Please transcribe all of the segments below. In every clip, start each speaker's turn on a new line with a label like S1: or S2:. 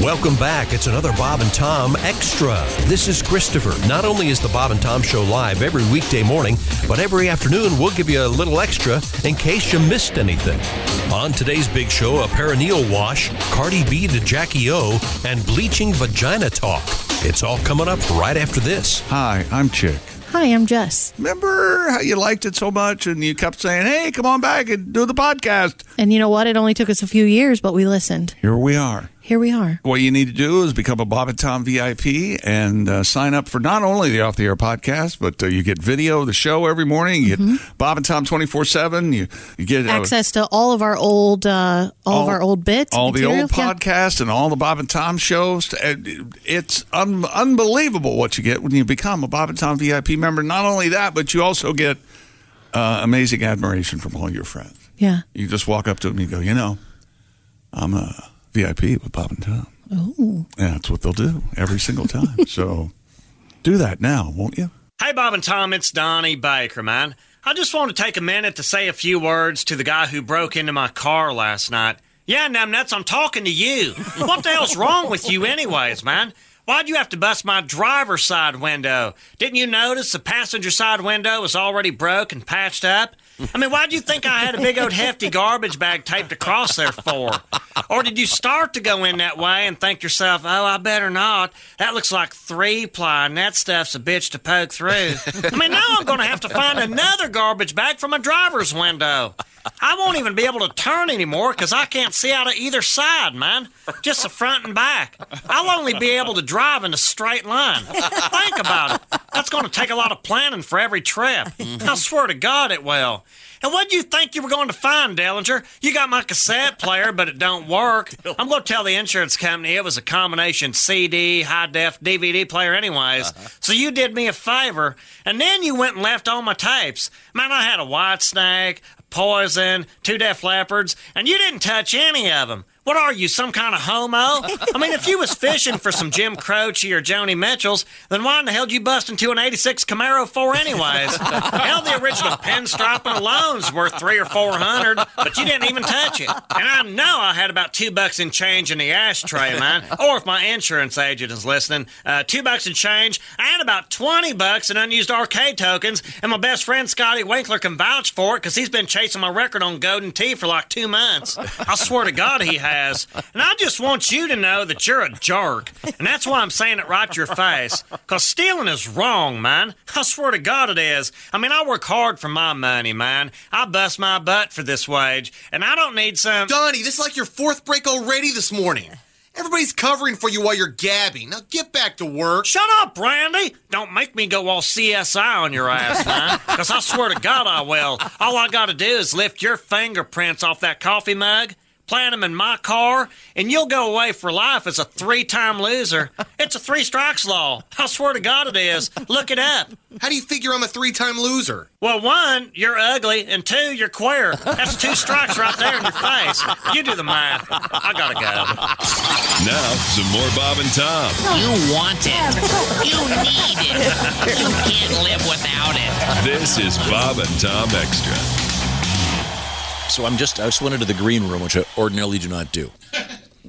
S1: Welcome back. It's another Bob and Tom Extra. This is Christopher. Not only is the Bob and Tom Show live every weekday morning, but every afternoon we'll give you a little extra in case you missed anything. On today's big show, a perineal wash, Cardi B to Jackie O, and bleaching vagina talk. It's all coming up right after this.
S2: Hi, I'm Chick.
S3: Hi, I'm Jess.
S2: Remember how you liked it so much and you kept saying, hey, come on back and do the podcast?
S3: And you know what? It only took us a few years, but we listened.
S2: Here we are.
S3: Here we are.
S2: What you need to do is become a Bob and Tom VIP and uh, sign up for not only the Off the Air podcast, but uh, you get video of the show every morning. You get Bob and Tom 24 7. You you get uh,
S3: Mm-hmm. Access to all of our old, uh, all, of our old bits,
S2: all the
S3: material.
S2: old
S3: Yeah.
S2: podcasts, and all the Bob and Tom shows. And It's un- unbelievable what you get when you become a Bob and Tom VIP member. Not only that, but you also get uh, amazing admiration from all your friends.
S3: Yeah.
S2: You just walk up to them and you go, you know, I'm a VIP with Bob and Tom.
S3: Oh.
S2: And that's what they'll do every single time. so do that now, won't you?
S4: Hey, Bob and Tom, it's Donnie Baker, man. I just want to take a minute to say a few words to the guy who broke into my car last night. Yeah, numbnuts, I'm talking to you. What the hell's wrong with you, anyways, man? Why'd you have to bust my driver's side window? Didn't you notice the passenger side window was already broke and patched up? I mean, why'd you think I had a big old hefty garbage bag taped across there for? Or did you start to go in that way and think yourself, oh, I better not? That looks like three ply, and that stuff's a bitch to poke through. I mean, now I'm going to have to find another garbage bag from a driver's window. I won't even be able to turn anymore because I can't see out of either side, man. Just the front and back. I'll only be able to drive in a straight line. Think about it. That's going to take a lot of planning for every trip. I swear to God it will. And what do you think you were going to find, Dellinger? You got my cassette player, but it don't work. I'm going to tell the insurance company it was a combination CD, high def, DVD player, anyways. So you did me a favor, and then you went and left all my tapes. Man, I had a white snake, poison, two deaf leopards, and you didn't touch any of them. What are you, some kind of homo? I mean, if you was fishing for some Jim Croce or Joni Mitchell's, then why in the hell did you bust into an 86 Camaro 4 anyways? hell, the original pinstriping alone's worth three or four hundred, but you didn't even touch it. And I know I had about two bucks in change in the ashtray, man. Or if my insurance agent is listening, uh, two bucks in change. I had about 20 bucks in unused arcade tokens, and my best friend Scotty Winkler can vouch for it because he's been chasing my record on Golden Tee for like two months. I swear to God he has. And I just want you to know that you're a jerk. And that's why I'm saying it right to your face. Because stealing is wrong, man. I swear to God it is. I mean, I work hard for my money, man. I bust my butt for this wage, and I don't need some.
S5: Donnie, this is like your fourth break already this morning. Everybody's covering for you while you're gabbing. Now get back to work.
S4: Shut up, Randy! Don't make me go all CSI on your ass, man. Because I swear to God I will. All I gotta do is lift your fingerprints off that coffee mug, plant them in my car, and you'll go away for life as a three time loser. It's a three strikes law. I swear to God it is. Look it up.
S5: How do you figure I'm a three time loser?
S4: Well, one, you're ugly, and two, you're queer. That's two strikes right there in your face. You do the math. I gotta go.
S6: Now, some more Bob and Tom.
S7: You want it. You need it. You can't live without it.
S6: This is Bob and Tom Extra.
S8: So I'm just I just went into the green room, which I ordinarily do not do.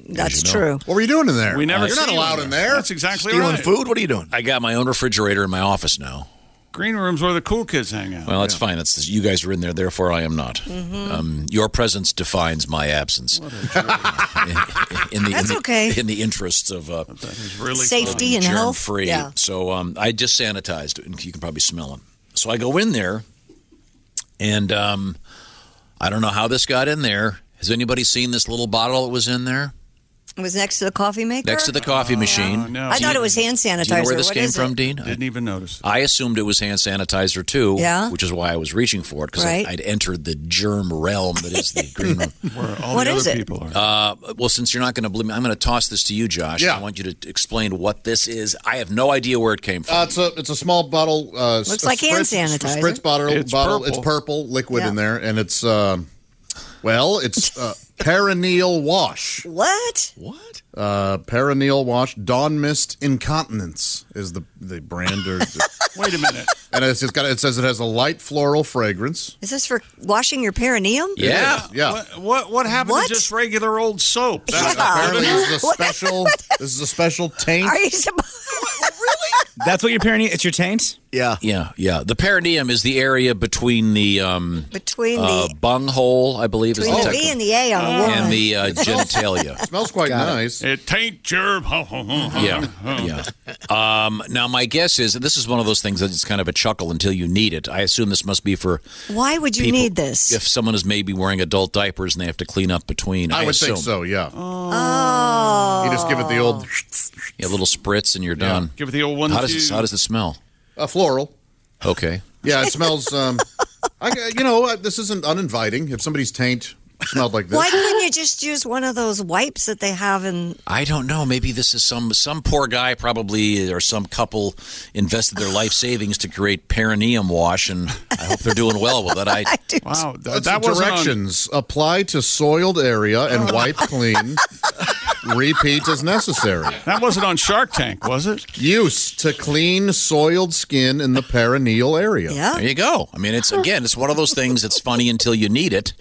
S9: That's
S8: you know.
S9: true.
S10: What were you doing in there?
S2: We never
S10: You're not
S2: seen
S10: allowed
S2: you.
S10: in there.
S2: That's exactly
S10: Stealing
S2: right.
S10: food? What are you doing?
S8: I got my own refrigerator in my office now.
S2: Green room's where the cool kids hang out.
S8: Well, that's fine. That's you guys are in there, therefore I am not.
S9: Mm-hmm.
S8: Um, your presence defines my absence. in, in the, in
S9: That's
S8: the-
S9: okay.
S8: In the interests of uh,
S2: It's really
S9: Safety and
S8: germ
S9: health.
S8: free.
S9: Yeah.
S8: So um, I just sanitized it, and you can probably smell them. So I go in there, and um, I don't know how this got in there. Has anybody seen this little bottle that was in there?
S9: It was next to the coffee maker.
S8: Next to the coffee machine.
S9: I
S8: Do
S9: thought
S8: you-
S9: it was hand sanitizer.
S8: Do you know where this
S9: What
S8: came
S9: is
S8: from,
S9: it?
S8: Dean?
S2: Didn't even notice.
S8: I assumed it was hand sanitizer too,
S9: Yeah.
S8: which is why I was reaching for it because
S9: Right.
S8: I'd entered the germ realm that is the green room.
S2: Where
S9: all What the is other it?
S2: people
S8: are. Uh, well, since you're not going to believe me, I'm going to toss this to you, Josh.
S10: Yeah.
S8: I want you to explain what this is. I have no idea where it came from.
S10: Uh, it's a it's a small bottle. Uh,
S9: Looks
S10: s-
S9: like hand
S10: spritz-
S9: sanitizer.
S10: Spritz bottle.
S9: It's
S10: bottle.
S9: purple.
S10: It's purple liquid
S9: Yeah.
S10: in there, and it's um, well, it's uh, perineal wash.
S9: What?
S8: What?
S10: Uh, perineal wash. Dawn mist incontinence is the the brand. Or,
S2: Wait a minute.
S10: and it's just got. It says it has a light floral fragrance.
S9: Is this for washing your perineum?
S10: yeah.
S2: What what, what happened
S9: What?
S2: to just regular old soap? That-
S10: Apparently, this is a special. this is a special taint.
S9: Are you supposed?
S11: That's what your perineum. It's your taint.
S10: Yeah.
S8: Yeah, yeah. The perineum is the area between the um,
S9: Between
S8: uh,
S9: the-
S8: bung hole, I believe, is
S9: Between the
S8: the
S9: V
S8: technical-
S9: and the A on the
S8: and
S9: one.
S8: the uh, genitalia.
S10: Smells quite nice.
S2: It taint germ.
S8: Yeah, yeah. Um, now, my guess is that this is one of those things that it's kind of a chuckle until you need it. I assume this must be for
S9: Why would you
S8: people-
S9: need this?
S8: if someone is maybe wearing adult diapers and they have to clean up between.
S10: I would think
S8: assume.
S10: so. Yeah.
S9: Oh.
S10: You just give it the old
S8: Yeah, little spritz and you're done.
S2: Give it the old one.
S8: How does
S2: two.
S8: this, how does it smell?
S10: uh, floral.
S8: Okay.
S10: Yeah, it smells. Um, I, you know, uh, this isn't uninviting. If somebody's taint smelled like this,
S9: Why couldn't you just use one of those wipes that they have in?
S8: I don't know. Maybe this is some some poor guy probably or some couple invested their life savings to create perineum wash, and I hope they're doing well with it. I,
S2: wow, th-
S10: That's
S2: that
S10: the
S2: wasn't on-
S10: directions. Apply to soiled area and wipe clean. Repeat as necessary.
S2: That wasn't on Shark Tank, was it?
S10: Use to clean soiled skin in the perineal area.
S8: There you go. I mean, it's again, it's one of those things that's funny until you need it.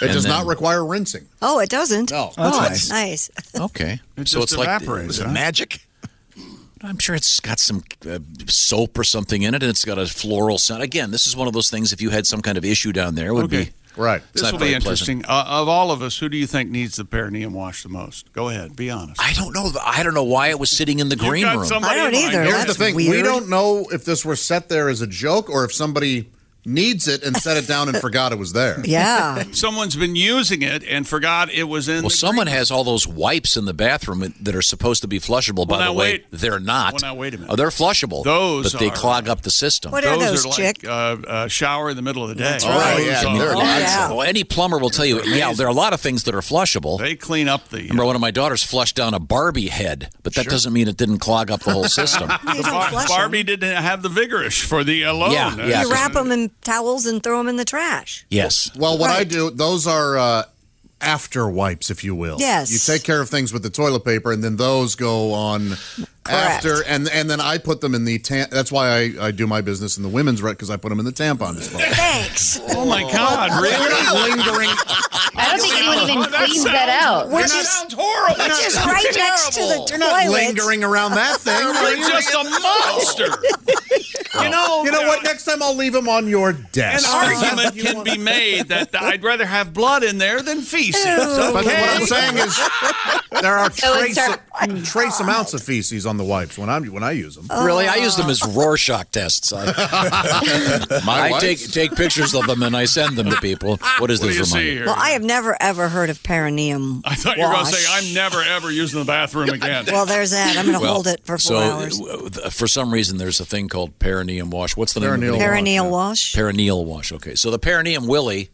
S10: It does not require rinsing.
S9: Oh, it doesn't.
S10: No.
S9: Oh,
S8: that's
S9: it's nice.
S8: Okay,
S2: It
S8: so
S2: just
S8: it's like
S2: evaporates,
S8: is it
S2: huh?
S8: magic? I'm sure it's got some uh, soap or something in it, and it's got a floral scent. Again, this is one of those things. If you had some kind of issue down there, it would
S2: Okay.
S8: be
S10: Right.
S8: It's
S2: This
S8: not
S2: will
S8: very
S2: be interesting. Uh, of all of us, who do you think needs the perineum wash the most? Go ahead, be honest.
S8: I don't know. I don't know why it was sitting in the green
S2: got
S8: room.
S2: somebody I don't in mind. either.
S10: Here's
S2: That's
S10: the thing: we
S2: weird.
S10: don't know if this were set there as a joke or if somebody needs it and set it down and forgot it was there.
S9: Yeah.
S2: Someone's been using it and forgot it was in.
S8: Well, someone has all those wipes in the bathroom that are supposed to be flushable.
S2: Well,
S8: By the
S2: now
S8: way,
S2: wait.
S8: they're not.
S2: Well, now wait a minute.
S8: Oh, they're flushable.
S2: Those
S8: but they
S2: are-
S8: clog up the system.
S9: What are those,
S2: like
S9: chick?
S2: uh, uh, shower in the middle of the day.
S9: That's right.
S10: Oh, yeah,
S2: Those
S10: they're
S2: are-
S10: nice.
S9: yeah.
S8: Well, any plumber will tell you. Yeah, there are a lot of things that are flushable.
S2: They clean up the. uh,
S8: Remember, one of my daughters flushed down a Barbie head, but that doesn't mean it didn't clog up the whole system.
S9: You don't
S2: Bar-
S9: flush 'em.
S2: Barbie didn't have the vigorish for the alone.
S8: Yeah,
S2: Uh,
S8: yeah.
S9: You wrap them in towels and throw them in the trash.
S8: yes.
S10: Well, what I
S9: Right.
S10: do, those are uh, after wipes, if you will.
S9: Yes.
S10: You take care of things with the toilet paper, and then those go on after, and and then I put them in the. Tam- that's why I, I do my business in the women's rec because I put them in the tampon disposal.
S9: Thanks.
S2: Oh my God! Really?
S10: We're not lingering.
S12: I don't think anyone
S2: Oh,
S12: even cleans that out.
S9: Which is,
S2: horrible.
S9: which is right next to the
S10: You're not
S9: toilet.
S10: lingering around that thing. are you?
S2: You're just a monster. you know. uh,
S10: You know what? Next time I'll leave them on your
S2: An
S10: desk.
S2: argument can be made that I'd rather have blood in there than feces. Okay?
S10: But what I'm saying is, there are
S12: So
S10: trace,
S12: it's our-
S10: trace amounts of feces on the wipes when I am when I use
S9: Oh,
S10: them.
S8: Really, I use them as Rorschach tests. I,
S10: My
S8: I
S10: wife?
S8: take take pictures of them and I send them to people. What is
S2: What do
S8: this
S2: you see
S8: reminder?
S2: here?
S9: Well, I have never ever heard of perineum.
S2: I thought you were going
S9: wash.
S2: to say, I'm never, ever using the bathroom again.
S9: Well, there's that. I'm going to
S8: Well,
S9: hold it for four
S8: so,
S9: hours.
S8: uh, th- for some reason, there's a thing called perineum wash. What's the name?
S10: Perineal
S8: Of it?
S9: Perineal wash.
S8: Perineal wash. Okay, so the perineum willy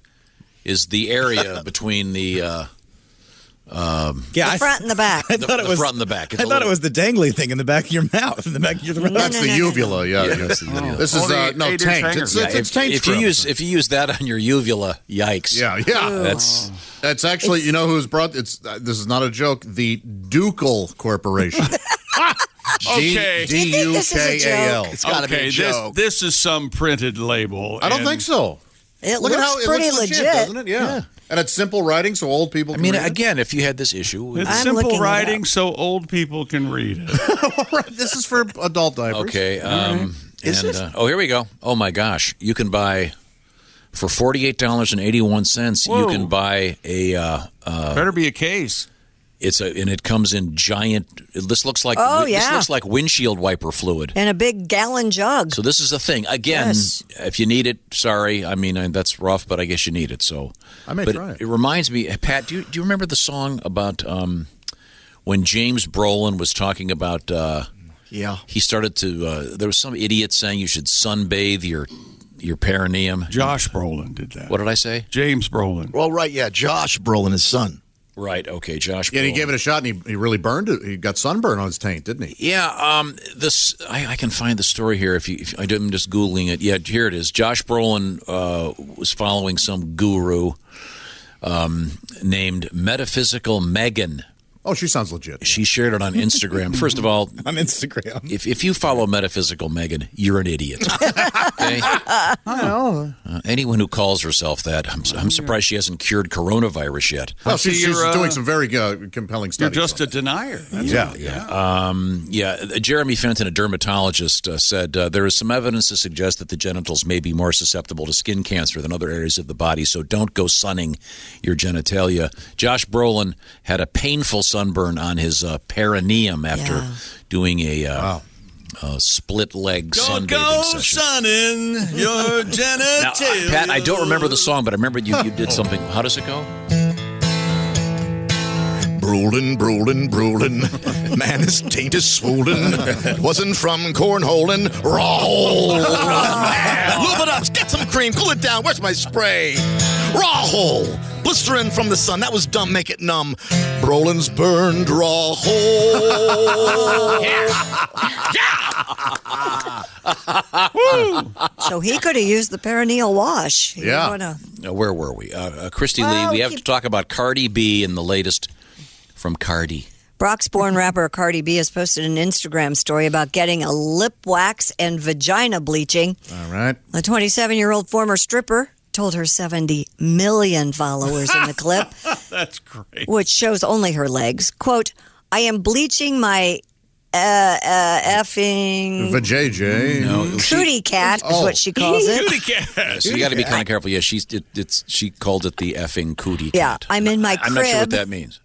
S8: is the area between the uh,
S11: Yeah, I,
S9: The front and the back.
S11: I thought
S8: the
S11: it was
S8: front and the back. It's
S11: I
S8: a
S11: thought it
S8: little-
S11: was the dangly thing in the back of your mouth, in the back of your throat.
S10: That's
S9: no,
S10: the
S9: no, no, no.
S10: uvula. Yeah,
S8: Yeah, Oh,
S10: yeah.
S8: that's the uvula.
S10: This is
S2: Only
S10: uh,
S2: eight-
S10: no
S2: eight-inch
S10: tanked.
S2: hangers.
S10: It's,
S8: Yeah,
S10: it's,
S8: if,
S10: it's tanked.
S8: if you
S10: from.
S8: use if you use that on your uvula, yikes!
S10: yeah, yeah.
S8: that's
S10: That's actually, you know who's brought it's uh, this is not a joke, the Ducal Corporation.
S2: Okay.
S10: D
S9: You think
S10: U
S9: this is a
S10: K A L.
S9: joke?
S2: okay, This, this is some printed label.
S10: I don't
S2: and
S10: think so.
S9: It
S10: Look
S9: looks
S10: at how
S9: pretty
S10: it looks legit,
S9: legit.
S10: doesn't it? Yeah. And it's simple writing so old people
S8: I
S10: can
S8: mean,
S10: read it.
S8: again, if you had this issue,
S2: It's
S9: I'm looking
S2: simple
S9: it
S2: writing
S9: up.
S2: so old people can read it.
S10: this is for adult diapers.
S8: okay. Um, and uh, oh, here we go. Oh my gosh, you can buy for forty eight dollars and eighty one cents. You
S2: Whoa.
S8: can buy a. Uh, uh,
S2: Better be a case.
S8: it's a and it comes in giant. This looks like
S9: Oh,
S8: this
S9: yeah.
S8: looks like windshield wiper fluid.
S9: In a big gallon jug.
S8: So this is a thing. Again,
S9: Yes.
S8: if you need it, sorry. I mean, I- that's rough, but I guess you need it. uh, So
S10: I may
S8: but
S10: try it.
S8: It reminds me, Pat. Do you do you remember the song about um, when James Brolin was talking about. Uh,
S13: Yeah.
S8: he started to. Uh, there was some idiot saying you should sunbathe your your perineum.
S2: Josh Brolin did that.
S8: What did I say?
S2: James Brolin.
S13: Well, right, yeah, Josh Brolin, his son.
S8: Right. Okay, Josh.
S10: Yeah, and he
S8: Brolin.
S10: gave it a shot, and he, he really burned it. He got sunburn on his taint, didn't he?
S8: Yeah, um, this I, I can find the story here if, you, if I'm just googling it. Yeah, here it is. Josh Brolin uh, was following some guru um, named Metaphysical Megan.
S10: Oh, she sounds legit.
S8: She shared it on Instagram. First of all,
S11: on Instagram,
S8: if if you follow Metaphysical Megan, you're an idiot. okay?
S13: Oh.
S8: Uh, anyone who calls herself that, I'm, I'm surprised she hasn't cured coronavirus yet.
S10: Well, she's, she's doing some very uh, compelling studies.
S2: just a denier. That's
S10: yeah.
S2: it.
S8: Yeah. Um, yeah. uh, Jeremy Fenton, a dermatologist, uh, said uh, there is some evidence to suggest that the genitals may be more susceptible to skin cancer than other areas of the body, so don't go sunning your genitalia. Josh Brolin had a painful sunburn on his uh, perineum after
S13: Yeah.
S8: doing a. Uh, Uh, split leg
S13: Don't
S8: sunbathing
S13: go
S8: session.
S13: sunning your
S8: Now, I-
S13: genitalia.
S8: Pat, I don't remember the song, but I remember you, you did something. How does it go?
S13: Brolin, Brolin, Brolin. Man, his taint is swollen. It wasn't from cornholing. Raw Man, Lube it up. Get some cream. Cool it down. Where's my spray? Raw hole. Blistering from the sun. That was dumb. Make it numb. Brolin's burned raw hole.
S9: so he could have used the perineal wash. You
S8: Yeah.
S9: wanna-
S8: Uh, where were we? Uh, uh, Christy
S9: Well,
S8: Lee. We
S9: we
S8: have to
S9: keep-
S8: talk about Cardi B and the latest from Cardi.
S9: Brock's born rapper Cardi B has posted an Instagram story about getting a lip wax and vagina bleaching.
S10: All right.
S9: The 27 year old former stripper told her 70 million followers in the clip,
S2: That's great.
S9: which shows only her legs. Quote, I am bleaching my uh, uh, effing
S10: Vajayjay.
S8: No, she- Oh.
S9: cootie cat, is what she calls it.
S2: cat.
S8: So you got to be kind of careful. Yeah, she's it, it's she called it the effing cootie.
S9: Yeah, I'm in my
S8: I- I'm not sure what
S9: crib. Uh,
S8: that means.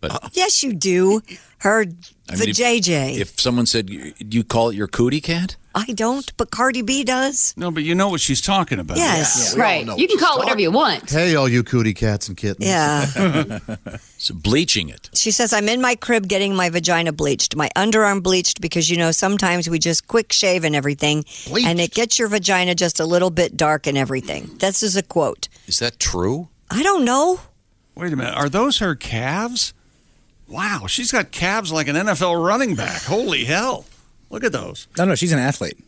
S8: But
S9: Yes, you do. Her
S8: I mean, if-
S9: vajayjay.
S8: If someone said you, you call it your cootie cat,
S9: I don't, but Cardi B does.
S2: No, but you know what she's talking about.
S9: Yes.
S12: right. You can call it whatever you want.
S10: Hey, all you cootie cats and kittens.
S9: Yeah.
S8: so bleaching it.
S9: She says, I'm in my crib getting my vagina bleached, my underarm bleached, because you know, sometimes we just quick shave and everything, and it gets your vagina just a little bit dark and everything. This is a quote.
S8: Is that true?
S9: I don't know.
S2: Wait a minute. Are those her calves? Wow, she's got calves like an NFL running back. Holy hell. Look at those.
S11: No, no, she's an athlete.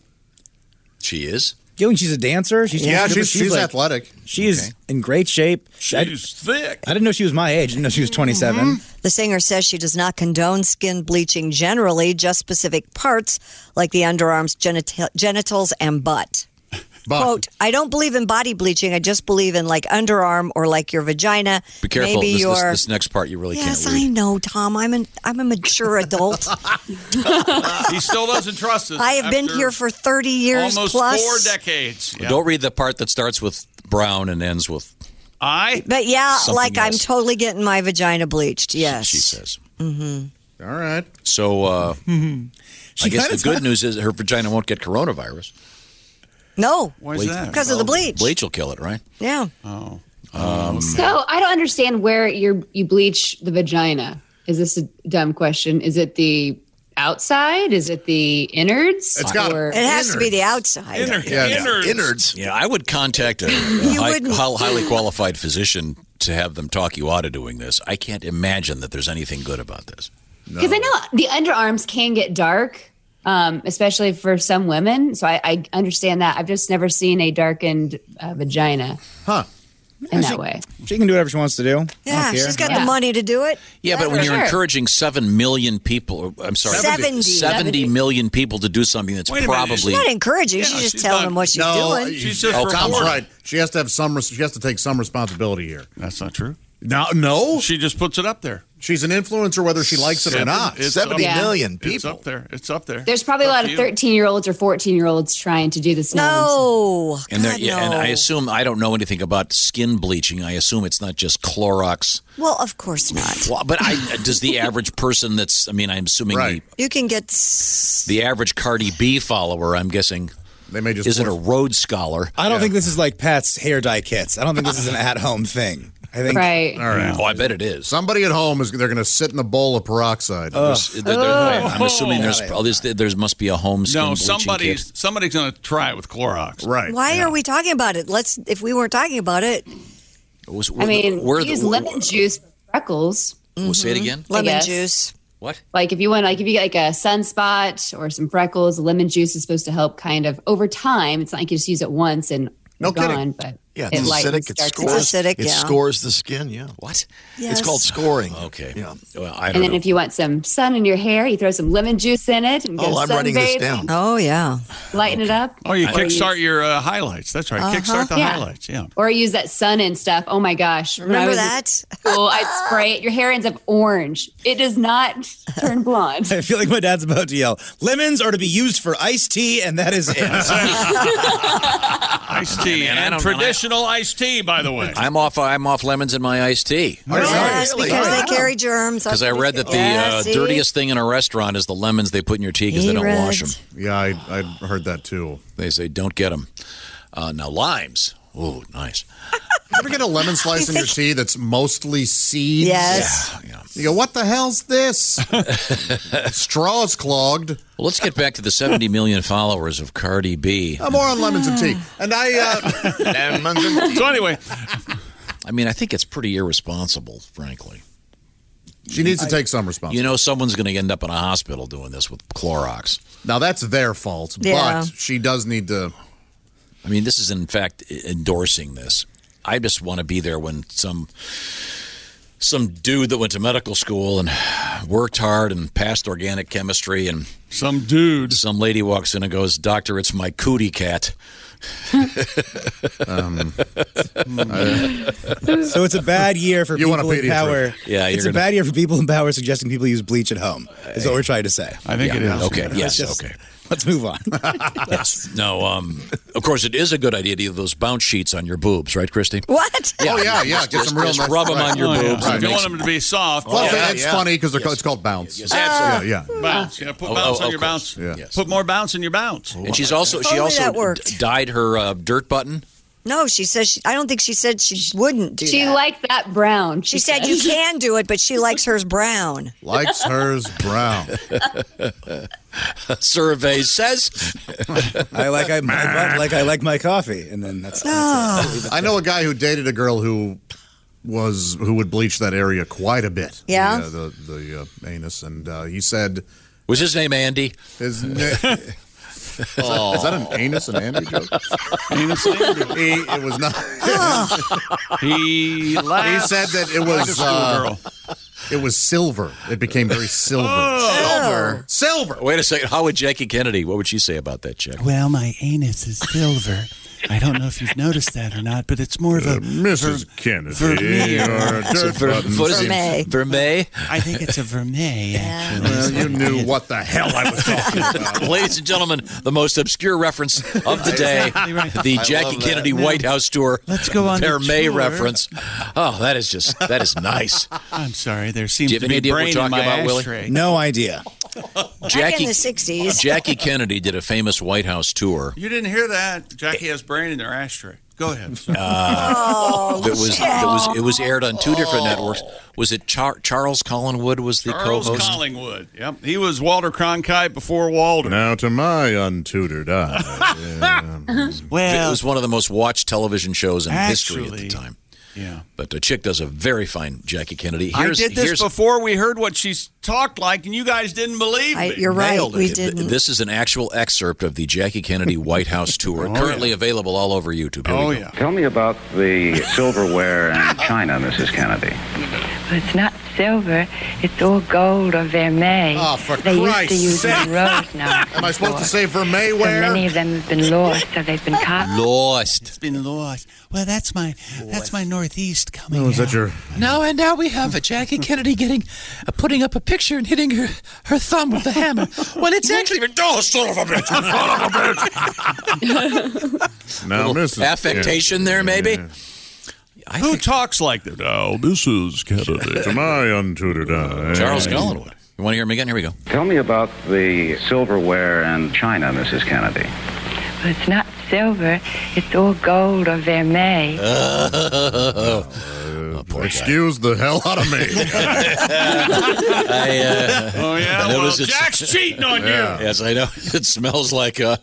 S8: She is.
S11: You know, she's a dancer. She's
S10: Yeah, she's- she's
S11: like-
S10: athletic.
S11: She is in great shape.
S2: She's thick.
S11: I didn't know she was my age. I didn't know she was 27.
S9: The singer says she does not condone skin bleaching generally, just specific parts like the underarms, genital- genitals, and butt. Quote, I don't believe in body bleaching. I just believe in like underarm or like your vagina.
S8: Be careful.
S9: Maybe
S8: This,
S9: your.
S8: this, this next part you really
S9: yes,
S8: can't
S9: I
S8: read.
S9: know, Tom. I'm an I'm a mature adult.
S2: He still doesn't trust us.
S9: I have been
S2: after
S9: here for 30 years
S2: almost
S9: plus.
S2: four decades. Yeah.
S8: Don't read the part that starts with brown and ends with.
S2: I
S9: But yeah,
S8: Something
S9: like I'm
S8: else.
S9: totally getting my vagina bleached. Yes.
S8: She says.
S9: Mm-hmm.
S10: All right.
S8: So uh, I guess
S9: kinda
S8: the good
S9: talk-
S8: news is her vagina won't get coronavirus.
S9: No.
S2: Why is
S8: Bleach-
S2: that?
S9: Because of
S10: Oh.
S9: the bleach.
S8: Bleach Uh, will kill it, right?
S9: Yeah.
S2: Oh.
S8: Um,
S12: So I don't understand where you you bleach the vagina. Is this a dumb question? Is it the outside? Is it the innards?
S10: It's got-
S12: Or-
S9: It has to be the outside.
S10: Yeah, yeah.
S8: innards. Yeah, I would contact a, a high,
S9: wouldn't.
S8: hol- highly qualified physician to have them talk you out of doing this. I can't imagine that there's anything good about this.
S12: Because I know the underarms can get dark, um, especially for some women. So I, I understand that. I've just never seen a darkened uh, vagina
S11: Huh. Yeah,
S12: in that
S11: she-
S12: way.
S11: She can do whatever she wants to do. I don't
S9: Yeah,
S11: care.
S9: she's got
S12: Yeah.
S9: the money to do it.
S8: Yeah, but when
S9: That's
S8: you're
S9: right.
S8: encouraging 7 million people, I'm sorry,
S9: 70.
S8: 70 million people to do something that's
S2: Wait a minute,
S8: probably.
S9: She's not encouraging. she's just telling them what she's
S10: no,
S9: doing.
S2: She's just
S10: oh, Tom's
S2: reporting.
S10: right. She has to have some. Res- she has to take some responsibility here.
S2: That's not true.
S10: No, no.
S2: She just puts it up there.
S10: She's an influencer, whether she likes it or
S2: Seven-
S10: not.
S2: it's
S10: Seventy
S12: Yeah.
S10: million
S2: It's up there. It's up there.
S12: There's probably a
S2: Up
S12: lot
S2: to
S12: of
S2: you.
S12: 13 year olds or 14 year olds trying to do this now.
S9: No.
S8: And, there-
S9: God,
S8: yeah, and
S9: no.
S8: I assume, I don't know anything about skin bleaching. I assume it's not just Clorox.
S9: Well, of course not.
S8: Well, but I, does the average person that's, I mean, I'm assuming
S10: Right.
S9: You can get. s-
S8: the, the average Cardi B follower, I'm guessing,
S10: They may just
S8: isn't a
S10: work-
S8: Rhodes scholar.
S11: I don't think this is like Pat's hair dye kits. I don't think this is an at home thing.
S4: I think.
S9: Right.
S10: All right.
S8: Oh, I bet it is.
S10: Somebody at home is they're going to sit in a bowl of peroxide.
S2: Uh,
S8: There's- there- there- I'm assuming there's probably there's must be a home skin
S2: Oh. No,
S8: bleaching
S2: somebody's
S8: kit.
S2: somebody's going to try it with Clorox.
S10: Right.
S3: Why are we talking about it? Let's. If we weren't talking about it,
S8: Was-
S9: I
S8: were the-
S9: mean,
S8: were the-
S9: use lemon juice for freckles.
S8: We'll
S2: Mm-hmm.
S8: say it again.
S3: Lemon
S9: juice.
S8: What?
S9: Like if you want, like if you get like a sunspot or some freckles, lemon juice is supposed to help kind of over time. It's not like you just use it once and
S14: No
S9: gone,
S14: kidding.
S9: but
S14: Yeah, it's
S9: lightens
S14: acidic. It
S9: dark
S14: scores.
S9: spots.
S14: it scores the skin. Yeah.
S8: What?
S14: It's
S9: Yes.
S14: called scoring.
S4: Oh,
S8: Okay.
S14: Yeah.
S8: Well, I
S9: And then if you want some sun in your hair, you throw some lemon juice in it and get
S14: Oh, I'm writing this down.
S3: Oh yeah.
S9: Lighten it up.
S2: Oh, you
S9: Or
S2: kickstart your uh, highlights. That's right.
S9: Uh-huh.
S2: Kickstart the
S9: Yeah.
S2: highlights. Yeah.
S9: Or use that sun and stuff. Oh my gosh. When I
S3: Remember
S9: was in
S3: that?
S9: School, I'd spray it. Your hair ends up orange. It does not turn blonde.
S4: I feel like my dad's about to yell, lemons are to be used for iced tea, and that is it.
S2: Iced tea
S8: man, I
S2: and
S8: don't know.
S2: traditional iced tea, by the way.
S8: I'm off. I'm off lemons in my iced tea.
S3: Yes, because they carry germs.
S8: Because I read that the
S3: Yeah,
S8: uh,
S3: see?
S8: dirtiest thing in a restaurant is the lemons they put in your tea because
S3: He
S8: they don't wash them.
S3: read.
S10: Yeah, I, I heard that too.
S8: They say don't get them. Uh, now limes. Oh, nice.
S10: Ever get a lemon slice in your tea that's mostly seeds?
S3: Yes.
S10: You go, what the hell's this? Straw's clogged.
S8: Well, let's get back to the 70 million followers of Cardi B.
S10: Uh, more on lemons and tea. And I, uh,
S14: Lemons and
S2: So anyway,
S8: I mean, I think it's pretty irresponsible, frankly.
S10: she needs to take some responsibility.
S8: You know, someone's going to end up in a hospital doing this with Clorox.
S10: Now that's their fault,
S3: Yeah.
S10: but she does need to.
S8: I mean, this is in fact e- endorsing this. I just want to be there when some some dude that went to medical school and worked hard and passed organic chemistry and
S2: some dude.
S8: some lady walks in and goes, "Doctor, it's my cootie cat."
S4: so it's a bad year for
S10: You want a
S4: people in
S10: pediatrician.
S4: power.
S8: Yeah,
S4: it's
S8: you're
S4: a
S8: gonna-
S4: bad year for people in power suggesting people use bleach at home. Is what we're trying to say.
S2: I think it is.
S8: Okay. Yes.
S4: Just-
S8: Okay.
S4: Let's move on.
S8: Yes. No. Um. Of course, it is a good idea to have those bounce sheets on your boobs, right, Christy?
S3: What?
S10: Oh yeah, yeah. Get some real.
S8: Just
S10: nice-
S8: rub them
S10: right.
S8: on your
S2: Oh, yeah.
S8: boobs. and
S2: You
S8: it
S2: want
S8: makes-
S2: them to be soft.
S10: Plus,
S2: yeah.
S10: it's funny because it's called bounce.
S8: Yes, absolutely.
S10: Yeah, yeah.
S2: bounce. Yeah, put
S8: Oh,
S2: bounce
S8: oh,
S2: on
S8: of
S2: your
S8: course.
S2: bounce.
S10: Yeah.
S8: Yes.
S2: Put more bounce in your bounce.
S8: And she's also she
S3: Only
S9: oh.
S8: also
S3: that worked.
S8: d- dyed her uh, dirt button.
S3: No, she says. She, I don't think she said she wouldn't do
S9: She
S3: that.
S9: liked that brown.
S3: she said you can do it, but she likes hers brown.
S10: Likes hers brown.
S8: Survey says
S4: I like I, my butt like I like my coffee, and then that's, that's it.
S10: I know a guy who dated a girl who was who would bleach that area quite a bit.
S3: Yeah?
S10: the uh, the, the uh, anus, and uh, he said
S8: was his name Andy.
S10: his name. is, that, is that an anus and Andy joke?
S2: Anus and
S10: He, it was not.
S2: He
S10: he
S2: laughs.
S10: said that it was uh,
S2: girl.
S10: it was silver. It became very silver. Silver. Silver.
S8: Wait a second. How would Jackie Kennedy? What would she say about that chick?
S1: Well, my anus is silver. I don't know if you've noticed that or not, but it's more of
S8: Uh,
S1: a.
S10: Mrs. Kennedy,
S8: What is
S3: Vermeil.
S8: it? Vermeil.
S1: I think it's a vermeil, actually.
S10: Well, you knew what the hell I was talking about.
S8: Ladies and gentlemen, the most obscure reference of the day, the Jackie Kennedy White House tour.
S1: Let's go on the tour.
S8: Vermeil reference. Oh, that is just that is nice.
S1: I'm sorry. There seems
S8: Do you have
S1: to
S8: any
S1: be
S8: idea what we're
S1: brain in
S8: talking
S1: my
S8: about, Willie?
S1: ashtray.
S4: no idea.
S3: Back in the '60s.
S8: Jackie Kennedy did a famous White House tour.
S2: You didn't hear that.
S8: Eh.
S2: Jackie has brain in their ashtray. Go ahead.
S3: Oh,
S8: That was that was it was aired on two different networks. Was it Char- Charles Collinwood was the
S2: Charles
S8: co-host?
S2: Collingwood. Yep. He was Walter Cronkite before Walter.
S10: Now to my uh, untutored eye. yeah.
S8: It
S1: Well,
S8: was one of the most watched television shows in
S10: Ah.
S8: history at the
S1: Actually-
S8: time.
S2: Yeah.
S8: But the chick does a very fine Jackie Kennedy.
S2: I did this
S8: here's-
S2: before we heard what she's talked like, and you guys didn't believe
S3: I,
S2: me.
S3: you're right.
S8: Oh, Nailed it.
S3: We
S8: Th-
S3: didn't.
S8: This is an actual excerpt of the Jackie Kennedy White House
S10: Oh,
S8: tour, currently available all over YouTube. Here we
S2: oh,
S8: go.
S2: yeah.
S15: Tell me about the silverware and China, Mrs. Kennedy.
S16: Well, it's not silver. It's all gold or vermeil.
S10: Oh, for
S16: they
S10: Christ's
S16: used to use
S10: sake.
S16: them rose now.
S10: Am I supposed to say
S16: So many
S10: Vermeyware?
S16: of them have been lost, so they've been
S3: Uh,
S16: copied.
S8: Lost.
S1: it's been lost. Well, that's my that's my northeast coming.
S10: Oh, is that
S1: out.
S10: your?
S8: No, and now we have a Jackie Kennedy getting, uh, putting up a picture and hitting her, her thumb with a hammer. Well, it's actually oh, son of a bitch, son of a bitch.
S10: Now, Mrs.
S8: Affectation there, maybe. I
S2: Who
S8: think
S2: talks like that? Oh, this is Kennedy.
S10: To my untutored eye.
S8: Charles Collinwood. You want to hear him again? Here we go.
S15: Tell me about the silverware and China, Mrs. Kennedy.
S16: Well, it's not silver. It's all gold or vermeil.
S8: Uh, poor
S10: Excuse the hell out of me.
S8: I, uh,
S10: Oh, yeah?
S8: I
S10: Well,
S8: noticed it's-
S10: Jack's cheating on you.
S8: Yeah. Yes, I know. It smells like uh,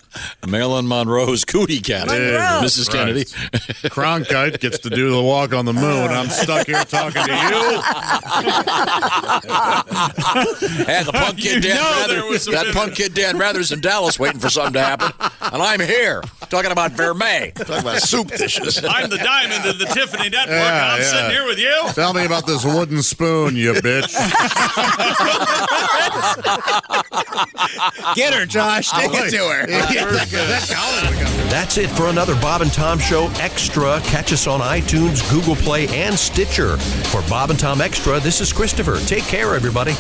S8: Marilyn Monroe's cootie cat. Mrs. Kennedy.
S10: Cronkite gets to do the walk on the moon. I'm stuck here talking to you.
S8: and the punk kid Dan Rather, that punk kid Dan Rather's in Dallas waiting for something to happen, and I'm here talking about vermeil, talking
S13: about soup dishes.
S8: I'm the diamond of the Tiffany Network.
S10: Yeah, yeah. Tell me about this wooden spoon, you bitch.
S11: Get her, Josh. Take it to her.
S1: That's it for another Bob and Tom Show Extra. Catch us on iTunes, Google Play, and Stitcher. For Bob and Tom Extra, this is Christopher. Take care, everybody.